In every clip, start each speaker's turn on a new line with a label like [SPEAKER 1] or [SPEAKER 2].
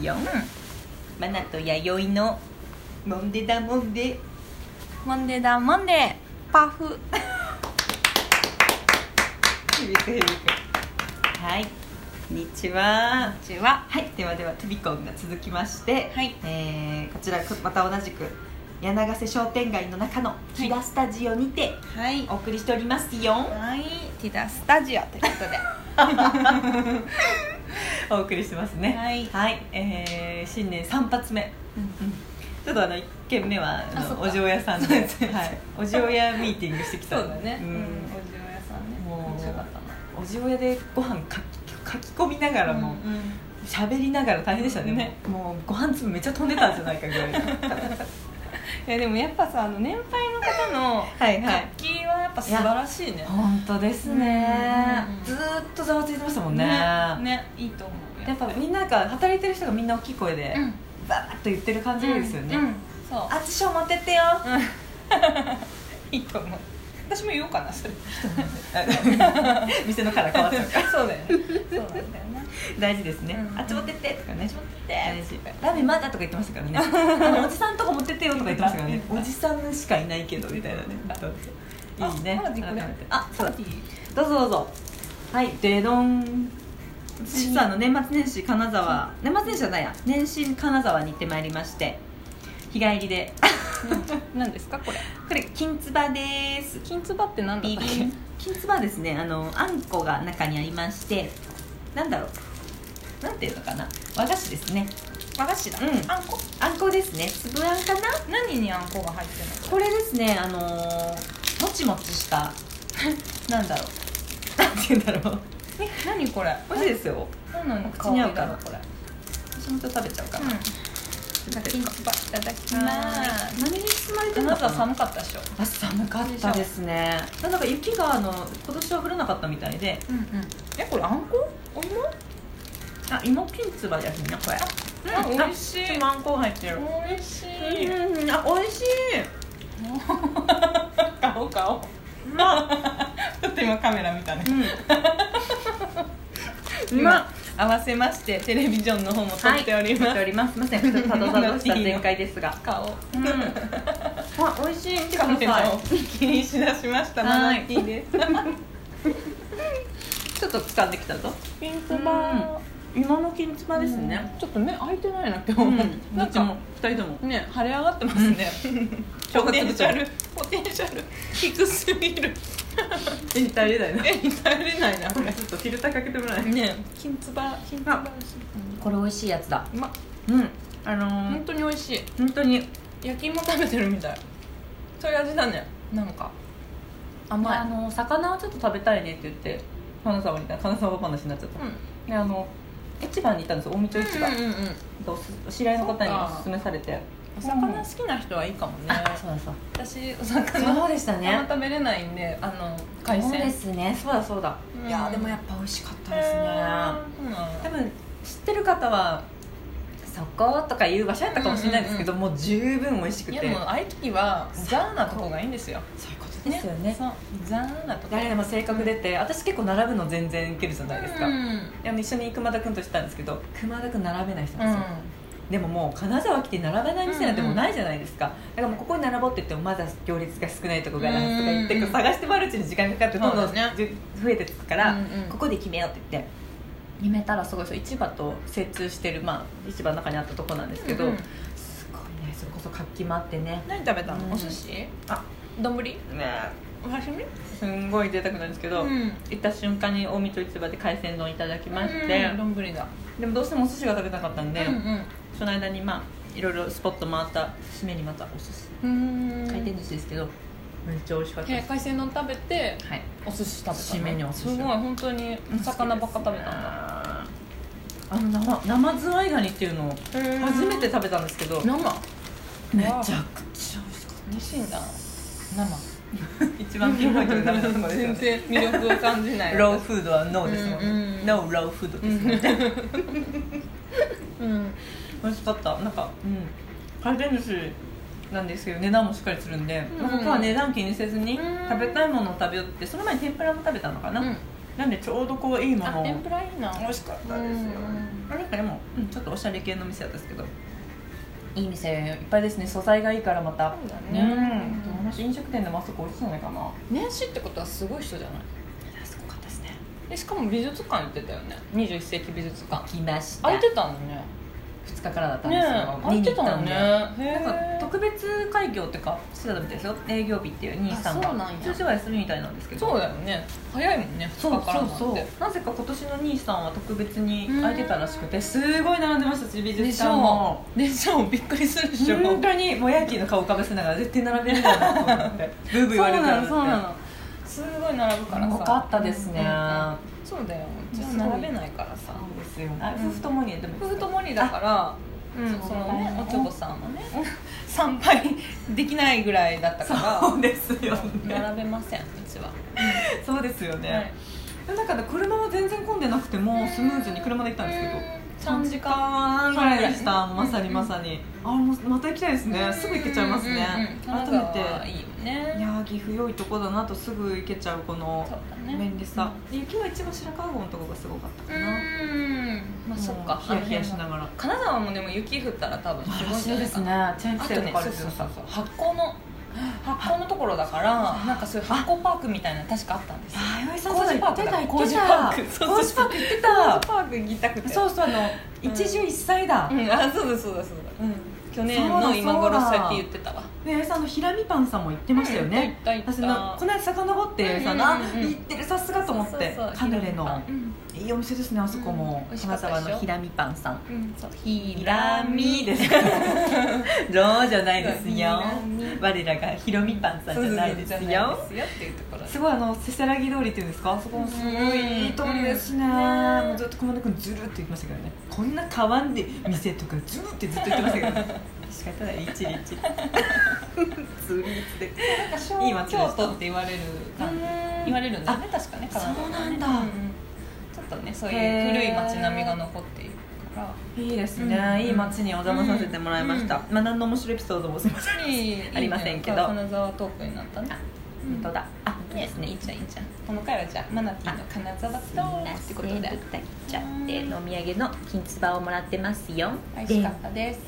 [SPEAKER 1] 4マナと弥生のもんでだもんで
[SPEAKER 2] モンデーだモンデーパフ
[SPEAKER 1] 響く響くはいこんにちは
[SPEAKER 2] ちは
[SPEAKER 1] はいではでは飛び込んが続きまして、
[SPEAKER 2] はい
[SPEAKER 1] えーこちらまた同じく柳瀬商店街の中の木田スタジオにて
[SPEAKER 2] はい
[SPEAKER 1] お送りしておりますよ、
[SPEAKER 2] はいティダスタジオ ということで
[SPEAKER 1] お送りしてますね
[SPEAKER 2] はい
[SPEAKER 1] えー新年3発目、うんちょっとあの1軒目はあ
[SPEAKER 2] あそっ
[SPEAKER 1] の
[SPEAKER 2] か
[SPEAKER 1] お嬢屋さんで、はい、お嬢屋ミーティングしてきた
[SPEAKER 2] そうだ
[SPEAKER 1] ん
[SPEAKER 2] ねお嬢屋さんね
[SPEAKER 1] もう
[SPEAKER 2] 面白かったな
[SPEAKER 1] お嬢屋でご飯かき書き込みながらも
[SPEAKER 2] うんうん
[SPEAKER 1] 喋、りながら大変でしたね
[SPEAKER 2] ね
[SPEAKER 1] もうご飯粒めっちゃ飛んでたんじゃないかぐらい
[SPEAKER 2] いやでもやっぱさあの年配の方の
[SPEAKER 1] はいはい
[SPEAKER 2] 楽器はやっぱ素晴らしいね
[SPEAKER 1] 本当ですね
[SPEAKER 2] うん
[SPEAKER 1] ずーっとざわついてましたもんね
[SPEAKER 2] ねいいと思う
[SPEAKER 1] やっぱみんなが働いてる人がみんな大きい声で
[SPEAKER 2] うん
[SPEAKER 1] バーッと言ってる感じがいいですよね、
[SPEAKER 2] うんうんそう
[SPEAKER 1] あっち賞持ってってよ
[SPEAKER 2] いいと思う私も言おうかなそれ
[SPEAKER 1] 店のカラー変わっちゃうから
[SPEAKER 2] そうだよねそうなんだよね
[SPEAKER 1] 大事ですね、
[SPEAKER 2] うん
[SPEAKER 1] あっち持ってってとかね大
[SPEAKER 2] で
[SPEAKER 1] 事ラーメンまだとか言ってましたから ねあのおじさんとか持ってってよとか言ってましたからねおじさんしかいないけどみたいなねいいね
[SPEAKER 2] あマジこれ
[SPEAKER 1] 改めてあそうだどうぞどうぞはいでどん実はあの年末年始金沢年末年始じゃないや年始金沢に行ってまいりまして日帰りであ
[SPEAKER 2] 何ですかこれ
[SPEAKER 1] これ金つばです
[SPEAKER 2] 金つばって何だっ
[SPEAKER 1] ビ
[SPEAKER 2] た
[SPEAKER 1] ビ
[SPEAKER 2] っけ
[SPEAKER 1] ンきんつばはですねあのあんこが中にありましてなんだろうなんていうのかな和菓子ですね
[SPEAKER 2] 和菓子だ
[SPEAKER 1] うん
[SPEAKER 2] あんこ
[SPEAKER 1] あんこですね粒あんかな
[SPEAKER 2] 何にあんこが入ってる
[SPEAKER 1] これですねあのーもちもちした なんだろうなんていうんだろう
[SPEAKER 2] のえ何これ
[SPEAKER 1] 美味しいですよ
[SPEAKER 2] 何なの
[SPEAKER 1] 口に合うかな
[SPEAKER 2] 香りだこれ
[SPEAKER 1] 私もちょっと食べちゃうかな、
[SPEAKER 2] うん金つばいただきま
[SPEAKER 1] 何に包まれ
[SPEAKER 2] す
[SPEAKER 1] てるの
[SPEAKER 2] 金
[SPEAKER 1] か
[SPEAKER 2] 沢
[SPEAKER 1] な
[SPEAKER 2] 寒かったでしょ
[SPEAKER 1] あ寒かったですねなんだか雪があの今年は降らなかったみたいで
[SPEAKER 2] うんうんえこれあんこお芋
[SPEAKER 1] あ芋きんつばですねこれ
[SPEAKER 2] あ
[SPEAKER 1] うん
[SPEAKER 2] 美味しい
[SPEAKER 1] あちょっとあんこ入ってる
[SPEAKER 2] 美味しい
[SPEAKER 1] うんあ美味しい
[SPEAKER 2] 顔顔ちょっと今カメラ見たね
[SPEAKER 1] うん
[SPEAKER 2] 今合わせましてテレビジョンの方も撮っております、
[SPEAKER 1] 撮っておりますすいませんちょっとたどたどした展開です が
[SPEAKER 2] 顔
[SPEAKER 1] うんあ 美味しい見てく
[SPEAKER 2] カ
[SPEAKER 1] だ
[SPEAKER 2] メ
[SPEAKER 1] さ
[SPEAKER 2] ラを
[SPEAKER 1] い
[SPEAKER 2] 気にしだしました
[SPEAKER 1] はい
[SPEAKER 2] マナティーです
[SPEAKER 1] ちょっと掴んできたぞ
[SPEAKER 2] ピン
[SPEAKER 1] ツバ今のきんつばですね
[SPEAKER 2] ちょっと目開いてないな今日、
[SPEAKER 1] うんど
[SPEAKER 2] な
[SPEAKER 1] っ
[SPEAKER 2] ん
[SPEAKER 1] ちも
[SPEAKER 2] か
[SPEAKER 1] 二人とも
[SPEAKER 2] ね腫れ上がってますね、
[SPEAKER 1] うん
[SPEAKER 2] ポテンシャル ポテンシャル低すぎる
[SPEAKER 1] 手に耐えれないな
[SPEAKER 2] 目に耐えれないなこれ
[SPEAKER 1] ょっとフィルターかけてもらえ
[SPEAKER 2] ねきんつばきんつば美味しい
[SPEAKER 1] これ美味しいやつだ
[SPEAKER 2] うんうまっ
[SPEAKER 1] うんあのー
[SPEAKER 2] 本当に美味しい
[SPEAKER 1] 本当に
[SPEAKER 2] 焼き芋食べてるみたいそういう味だねなんか甘い
[SPEAKER 1] あのー魚をちょっと食べたいねって言って金沢にいた金沢話になっちゃった
[SPEAKER 2] う
[SPEAKER 1] であの市場にいたんですよ近江町市場、
[SPEAKER 2] んうんうんうん
[SPEAKER 1] おすお知り合いの方におすすめされて
[SPEAKER 2] お魚好きな人はいいかもね
[SPEAKER 1] そうだそう
[SPEAKER 2] 私お魚
[SPEAKER 1] うでした
[SPEAKER 2] あんま食べれないんであの海鮮
[SPEAKER 1] すねそうだそうだ、
[SPEAKER 2] うん
[SPEAKER 1] いやーでもやっぱ美味しかった
[SPEAKER 2] へ
[SPEAKER 1] ですね
[SPEAKER 2] ーそう
[SPEAKER 1] 多分知ってる方はそことかいう場所やったかもしれないですけど、もう十分美味しくて
[SPEAKER 2] なんいやもうああいう時はザーなとこがいいんですよ
[SPEAKER 1] そういうことですよね
[SPEAKER 2] そうザーなとこ
[SPEAKER 1] 誰でも性格出て私結構並ぶの全然いけるじゃないですか、
[SPEAKER 2] うん
[SPEAKER 1] あの一緒に熊田君としてたんですけど熊田君並べない人
[SPEAKER 2] う
[SPEAKER 1] なん
[SPEAKER 2] ん
[SPEAKER 1] ですよ、でももう金沢来て並ばない店なんてもうないじゃないですか、だからもうここに並ぼうって言ってもまだ行列が少ないとこがあるとか言って、
[SPEAKER 2] うん
[SPEAKER 1] こう探して回るうちに時間かかってどんどん
[SPEAKER 2] そうだね
[SPEAKER 1] じゅ増えてくから、
[SPEAKER 2] うんうん
[SPEAKER 1] ここで決めようって言って決めたらすごいそう市場と精通してる、まあ、市場の中にあったとこなんですけど、
[SPEAKER 2] うんうん
[SPEAKER 1] すごいねそれこそ活気もあってね
[SPEAKER 2] 何食べた
[SPEAKER 1] うん
[SPEAKER 2] のお寿司
[SPEAKER 1] あ
[SPEAKER 2] 丼ぶり
[SPEAKER 1] ね
[SPEAKER 2] お刺身
[SPEAKER 1] すんごい贅沢なんですけど、
[SPEAKER 2] うん
[SPEAKER 1] 行った瞬間に近江町市場で海鮮丼いただきまして、
[SPEAKER 2] うん丼ぶりだ
[SPEAKER 1] でもどうしてもお寿司が食べたかったんで、
[SPEAKER 2] うん
[SPEAKER 1] その間にまあいろいろスポット回った締めにまたお寿司
[SPEAKER 2] うんうーん
[SPEAKER 1] 回転寿司ですけど、めっちゃ美味しかった
[SPEAKER 2] へ
[SPEAKER 1] で
[SPEAKER 2] ー
[SPEAKER 1] す、
[SPEAKER 2] 海鮮丼食べて
[SPEAKER 1] はい
[SPEAKER 2] お寿司食べたの
[SPEAKER 1] 締めにお寿司
[SPEAKER 2] すごい本当に魚ばっか食べたんだ
[SPEAKER 1] だあの生生ズワイガニっていうのを初めて食べたんですけど、
[SPEAKER 2] 生
[SPEAKER 1] めちゃくちゃ美味しかっ
[SPEAKER 2] 美味しいんだ生
[SPEAKER 1] た一番ピンポイントで食べた ところですよ
[SPEAKER 2] 全
[SPEAKER 1] ね
[SPEAKER 2] 然魅力を感じない
[SPEAKER 1] ローフードはノーですもんね、
[SPEAKER 2] うんうん
[SPEAKER 1] ノーローフードですもんね、
[SPEAKER 2] うん
[SPEAKER 1] 美味しかったなんか、うん、回転寿司なんですけど値段もしっかりするんで、
[SPEAKER 2] うん
[SPEAKER 1] まあ、ここは値段気にせずに
[SPEAKER 2] う ん
[SPEAKER 1] 食べたいものを食べようってその前に天ぷらも食べたのかな、
[SPEAKER 2] うん
[SPEAKER 1] なんでちょうどこういいもの
[SPEAKER 2] あ
[SPEAKER 1] を
[SPEAKER 2] 天ぷらいいな
[SPEAKER 1] 美味しかったですよ
[SPEAKER 2] うん
[SPEAKER 1] なんかでも、うん、ちょっとおしゃれ系の店だったんですけどいい店いっぱいですね素材がいいからまた
[SPEAKER 2] そうだ
[SPEAKER 1] う
[SPEAKER 2] ね
[SPEAKER 1] ん同じ飲食店でもあそこ美味しそうじゃないかな
[SPEAKER 2] 年始ってことはすごい人じゃない
[SPEAKER 1] すごかったですね
[SPEAKER 2] えしかも美術館行ってたよね21世紀美術館
[SPEAKER 1] 来ました
[SPEAKER 2] 空いてたのね
[SPEAKER 1] 2日からだったんですけ
[SPEAKER 2] ね
[SPEAKER 1] ど、
[SPEAKER 2] 空いてたの
[SPEAKER 1] 見
[SPEAKER 2] ね
[SPEAKER 1] に行ったんでなんか特別開業っていうかしてたみたいですよ営業日っていう兄さん
[SPEAKER 2] あそう
[SPEAKER 1] が
[SPEAKER 2] なんや
[SPEAKER 1] 通常は休みみたいなんですけど
[SPEAKER 2] そうだよね早いもんね
[SPEAKER 1] そ
[SPEAKER 2] 2
[SPEAKER 1] う
[SPEAKER 2] 日からなんて
[SPEAKER 1] そうそうなぜか今年の兄さんは特別に空いてたらしくてすごい並んでましたし美
[SPEAKER 2] で
[SPEAKER 1] 術
[SPEAKER 2] し
[SPEAKER 1] 館も
[SPEAKER 2] ょでしょびっくりするでしょ
[SPEAKER 1] 本当にもうヤーキーの顔浮かべせながら絶対並べるんだなと思 ってブーブー言われるからだって
[SPEAKER 2] のすごい並ぶからさ
[SPEAKER 1] よかったですね
[SPEAKER 2] うんそうだようちは並べないから
[SPEAKER 1] そ
[SPEAKER 2] さ
[SPEAKER 1] うですよね夫婦ともにでも
[SPEAKER 2] 夫婦ともにだからうん
[SPEAKER 1] そう
[SPEAKER 2] そのね
[SPEAKER 1] う
[SPEAKER 2] お
[SPEAKER 1] ん
[SPEAKER 2] ちょぼさんもね参拝できないぐらいだった
[SPEAKER 1] そ
[SPEAKER 2] か
[SPEAKER 1] うですよ
[SPEAKER 2] ら
[SPEAKER 1] ね
[SPEAKER 2] 並べませんうちは
[SPEAKER 1] そうですよね、
[SPEAKER 2] はい
[SPEAKER 1] だから車は全然混んでなくてもスムーズに車で行ったんですけど
[SPEAKER 2] 3
[SPEAKER 1] 3
[SPEAKER 2] 時
[SPEAKER 1] 時
[SPEAKER 2] 間
[SPEAKER 1] 間ぐらいでした
[SPEAKER 2] うん
[SPEAKER 1] まさにまさにあもうまた行きたいですねすぐ行けちゃいますね
[SPEAKER 2] うんうんうん
[SPEAKER 1] 改めて
[SPEAKER 2] 金沢はいいよ
[SPEAKER 1] い
[SPEAKER 2] ね
[SPEAKER 1] やー岐阜良いとこだなとすぐ行けちゃうこの
[SPEAKER 2] そうだね
[SPEAKER 1] 便利さで雪は一番白川郷のとこがすごかったか
[SPEAKER 2] う
[SPEAKER 1] なも
[SPEAKER 2] んま
[SPEAKER 1] う
[SPEAKER 2] あそっか
[SPEAKER 1] ヒヤヒヤしながら
[SPEAKER 2] 金沢もでも雪降ったら多分すごいんじゃないかな
[SPEAKER 1] ねチェーン
[SPEAKER 2] あとねそうそうそうそう発酵の発酵のところだからなんか そういう発酵パークみたいなの確かあったんですよ
[SPEAKER 1] ああ井さん
[SPEAKER 2] 工
[SPEAKER 1] そうだ
[SPEAKER 2] 事パ
[SPEAKER 1] 行っ
[SPEAKER 2] ーク
[SPEAKER 1] て
[SPEAKER 2] だ
[SPEAKER 1] た行って
[SPEAKER 2] 工事パー
[SPEAKER 1] た
[SPEAKER 2] クそうそう
[SPEAKER 1] 工事パーク行って
[SPEAKER 2] 工
[SPEAKER 1] た
[SPEAKER 2] 事パーク行きたくて
[SPEAKER 1] そうそうあの
[SPEAKER 2] うん
[SPEAKER 1] 一汁一菜だ
[SPEAKER 2] うんあそうだそうだそうだ
[SPEAKER 1] うん
[SPEAKER 2] 去年の今頃そうやって言ってたわ
[SPEAKER 1] ね井さんあのひらみパンさんも行ってましたよね
[SPEAKER 2] うん行った行っ
[SPEAKER 1] 私
[SPEAKER 2] た
[SPEAKER 1] のこの間さかのぼって井さん
[SPEAKER 2] う
[SPEAKER 1] があ
[SPEAKER 2] んうんうん
[SPEAKER 1] 行ってるさすがと思って
[SPEAKER 2] そうそうそう
[SPEAKER 1] カヌレ
[SPEAKER 2] ひら
[SPEAKER 1] の
[SPEAKER 2] みパンうん
[SPEAKER 1] いいお店ですねあそこ
[SPEAKER 2] うん
[SPEAKER 1] も
[SPEAKER 2] 美味しか
[SPEAKER 1] 金
[SPEAKER 2] ったでしょ
[SPEAKER 1] 沢のひらみパンさん
[SPEAKER 2] うんそうひ
[SPEAKER 1] ひらみ ですローじゃないです
[SPEAKER 2] ひ
[SPEAKER 1] よ
[SPEAKER 2] らみ
[SPEAKER 1] 我らがひろみパンさんじゃないです
[SPEAKER 2] そうそうそうじゃない
[SPEAKER 1] よ
[SPEAKER 2] ですよっていうところ
[SPEAKER 1] すごいあのせせらぎ通りっていうんですかあそこもすごいいい通りですね
[SPEAKER 2] うんうん
[SPEAKER 1] もうずっと熊田君ずるっと言ってましたけどねこんな変わんで店とかずるってずっと言ってましたけど 仕方ない一理一理 ずるいつで
[SPEAKER 2] なんか小
[SPEAKER 1] いい街でした
[SPEAKER 2] 京都って言われる感じ言われるんだよね確かね
[SPEAKER 1] あ
[SPEAKER 2] 金沢はね
[SPEAKER 1] そうなんだ
[SPEAKER 2] ちょっとねそういう古い街並みが残っているから
[SPEAKER 1] いいですね、
[SPEAKER 2] うん
[SPEAKER 1] いい街にお邪魔させてもらいました、まあ何の面白いエピソードもすみませんありませんけど
[SPEAKER 2] いいね金沢トークになったね
[SPEAKER 1] 本当だあ
[SPEAKER 2] いいですねいいじゃんいいじゃんこの回はじゃあマナティーの金沢トークってことで
[SPEAKER 1] たきちゃって飲み上げの金つばをもらってますよ
[SPEAKER 2] 美味しかったです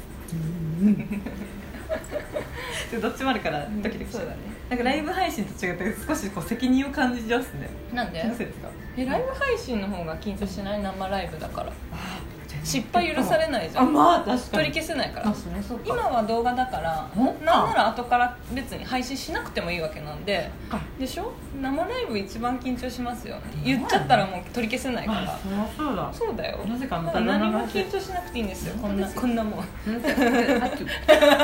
[SPEAKER 1] でどっちもあるからドキドキし
[SPEAKER 2] そ
[SPEAKER 1] ちゃ
[SPEAKER 2] う
[SPEAKER 1] う
[SPEAKER 2] だね
[SPEAKER 1] なんかライブ配信と違って少しこう責任を感じますね
[SPEAKER 2] なんで
[SPEAKER 1] 気のせいですか
[SPEAKER 2] えライブ配信の方が緊張しない生ライブだから失
[SPEAKER 1] 失
[SPEAKER 2] 敗許されないじゃ
[SPEAKER 1] あ
[SPEAKER 2] ん
[SPEAKER 1] まあ確か
[SPEAKER 2] 取り
[SPEAKER 1] に
[SPEAKER 2] 消せないから
[SPEAKER 1] あそれそう
[SPEAKER 2] 今は動画だから
[SPEAKER 1] ほんと
[SPEAKER 2] なんなら後から別に配信しなくてもいいわけなんで
[SPEAKER 1] か
[SPEAKER 2] でしょ生ライブ一番緊張しますよ言っちゃったらもう取り消せないか
[SPEAKER 1] あ
[SPEAKER 2] ら
[SPEAKER 1] そりゃそうだ
[SPEAKER 2] そうだよ
[SPEAKER 1] なぜかまた
[SPEAKER 2] 何も
[SPEAKER 1] 生ライブ
[SPEAKER 2] 緊張しなくていいんですよこ
[SPEAKER 1] 本
[SPEAKER 2] ん
[SPEAKER 1] 当
[SPEAKER 2] な
[SPEAKER 1] です
[SPEAKER 2] こんなもん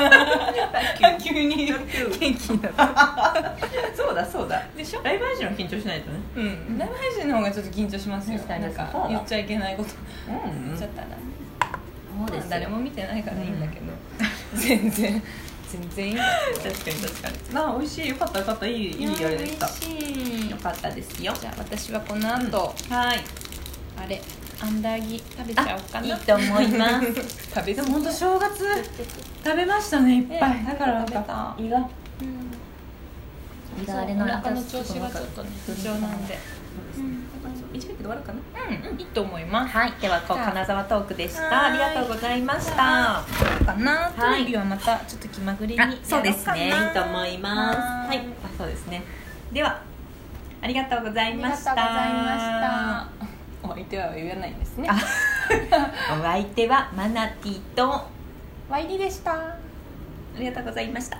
[SPEAKER 1] 急
[SPEAKER 2] 急に元気になった
[SPEAKER 1] そうだそうだ
[SPEAKER 2] でしょ
[SPEAKER 1] ライブ配信は緊張しないとね
[SPEAKER 2] うんライブ配信の方がちょっと緊張しますよ
[SPEAKER 1] 確かに
[SPEAKER 2] なん
[SPEAKER 1] そう
[SPEAKER 2] か
[SPEAKER 1] だ
[SPEAKER 2] 言っちゃいけないこと
[SPEAKER 1] う
[SPEAKER 2] 言っち
[SPEAKER 1] そ
[SPEAKER 2] ゃったら
[SPEAKER 1] うです
[SPEAKER 2] 誰も見てないからいいんだけど全然全然いいんだけど
[SPEAKER 1] 確かに確かにまあ美味しいよかったよかったいいいいあれでした
[SPEAKER 2] い
[SPEAKER 1] よかったですよ
[SPEAKER 2] じゃあ私はこの後、
[SPEAKER 1] はい
[SPEAKER 2] あれアンダーギ食べちゃおうかない
[SPEAKER 1] いと思います
[SPEAKER 2] 食べ
[SPEAKER 1] で
[SPEAKER 2] 過
[SPEAKER 1] も本
[SPEAKER 2] ぎ
[SPEAKER 1] 当正月食べましたねいっぱい、
[SPEAKER 2] ね
[SPEAKER 1] だからなん
[SPEAKER 2] 食べた
[SPEAKER 1] か胃が
[SPEAKER 2] うん
[SPEAKER 1] 胃
[SPEAKER 2] そ
[SPEAKER 1] が
[SPEAKER 2] うお
[SPEAKER 1] あれな
[SPEAKER 2] 腹の調子がちょっとね不調なんで
[SPEAKER 1] そうですね短いけど終わるかな
[SPEAKER 2] うんいいと思います
[SPEAKER 1] はいではこう金沢トークでし
[SPEAKER 2] は
[SPEAKER 1] たあ
[SPEAKER 2] い
[SPEAKER 1] りがとうございまし
[SPEAKER 2] は
[SPEAKER 1] た
[SPEAKER 2] かな、
[SPEAKER 1] はい
[SPEAKER 2] テレビはまたちょっと気まぐれにや
[SPEAKER 1] あ
[SPEAKER 2] ろうかな
[SPEAKER 1] そうですねいいと思いますはい
[SPEAKER 2] あり
[SPEAKER 1] あそうですねではありがとうございま
[SPEAKER 2] がとうご
[SPEAKER 1] し
[SPEAKER 2] ざ
[SPEAKER 1] た
[SPEAKER 2] いましたお相手は言えないんですね
[SPEAKER 1] あお相手はマナティと
[SPEAKER 2] ワイリでした
[SPEAKER 1] ありがとうございました